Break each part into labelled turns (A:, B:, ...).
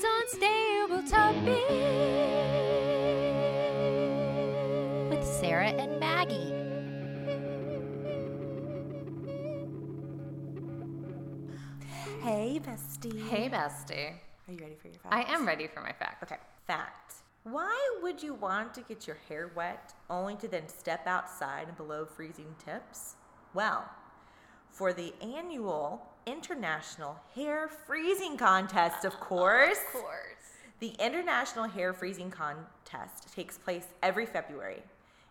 A: unstable topic with Sarah and Maggie.
B: Hey, bestie.
C: Hey, bestie.
B: Are you ready for your fact?
C: I am ready for my fact.
B: Okay, fact. Why would you want to get your hair wet only to then step outside in below freezing temps? Well, for the annual International Hair Freezing Contest, of course.
C: Of course.
B: The International Hair Freezing Contest takes place every February.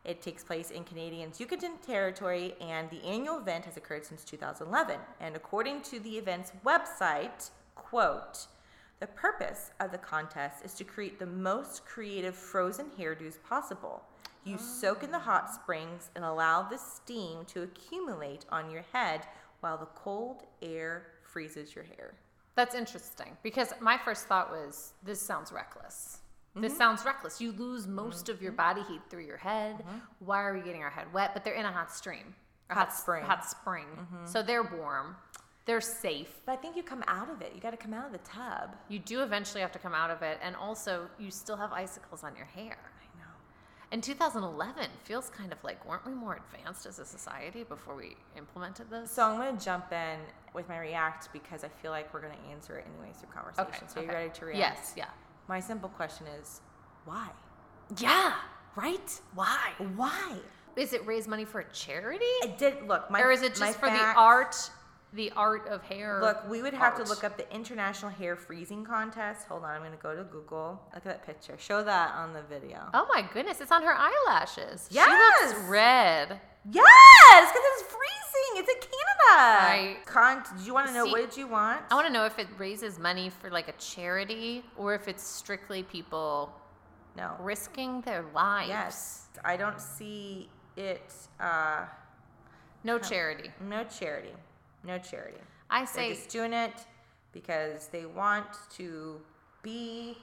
B: It takes place in Canadian's Yucatan territory, and the annual event has occurred since 2011. And according to the event's website, quote, the purpose of the contest is to create the most creative frozen hairdos possible. You soak in the hot springs and allow the steam to accumulate on your head while the cold air freezes your hair.
C: That's interesting because my first thought was this sounds reckless.
B: Mm-hmm.
C: This sounds reckless. You lose most of your body heat through your head. Why are we getting our head wet? But they're in a hot stream, a
B: Mm-hmm. Hot
C: s-
B: spring. Mm-hmm.
C: hot spring. So they're warm. They're safe.
B: But I think you come out of it. You got to come out of the tub.
C: You do eventually have to come out of it, and also you still have icicles on your hair.
B: I know.
C: And 2011 feels kind of like weren't we more advanced as a society before we implemented this?
B: So I'm going to jump in with my react because I feel like we're going to answer it anyways through conversation. so are you
C: okay.
B: ready to react?
C: Yes. Yeah.
B: My simple question is why?
C: Yeah.
B: Right?
C: Why?
B: Why?
C: Is it raise money for a charity?
B: I did look. My
C: or is it
B: my
C: just for
B: facts-
C: the art, the art of hair?
B: Look, we would have
C: art?
B: to look up the International Hair Freezing Contest. Hold on, I'm going to go to Google. Look at that picture. Show that on the video.
C: Oh my goodness, it's on her eyelashes. she
B: Yes!
C: looks red.
B: Yes, because it's freezing. It's in Canada.
C: Right.
B: Con, did you want to know
C: See-
B: what did you want?
C: I want to know if it raises money for like a charity or if it's strictly people
B: no.
C: risking their lives.
B: Yes, I don't see it. Uh,
C: No charity.
B: no charity. No charity.
C: I
B: They're
C: say
B: just doing it because they want to be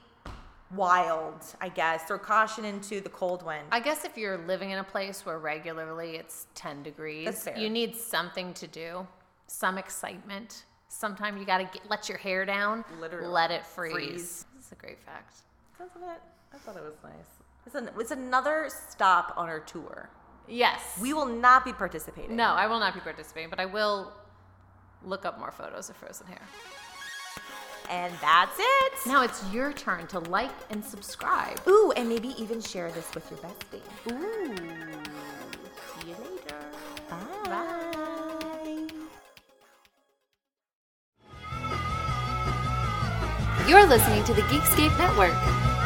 B: wild. I guess they're cautioning to the cold wind.
C: I guess if you're living in a place where regularly it's 10 degrees,
B: That's fair.
C: you need something to do, some excitement. Sometimes you got to let your hair down,
B: Literally.
C: let it freeze.
B: Freeze.
C: This is a great fact.
B: Doesn't it? I thought it was nice. It's, an, it's another stop on our tour.
C: Yes.
B: We will not be participating.
C: no, I will not be participating, but I will look up more photos of frozen hair.
B: And that's it.
C: Now it's your turn to like and subscribe.
B: Ooh, and maybe even share this with your bestie.
C: Ooh. See you later.
B: Bye.
A: You're listening to the Geekscape Network.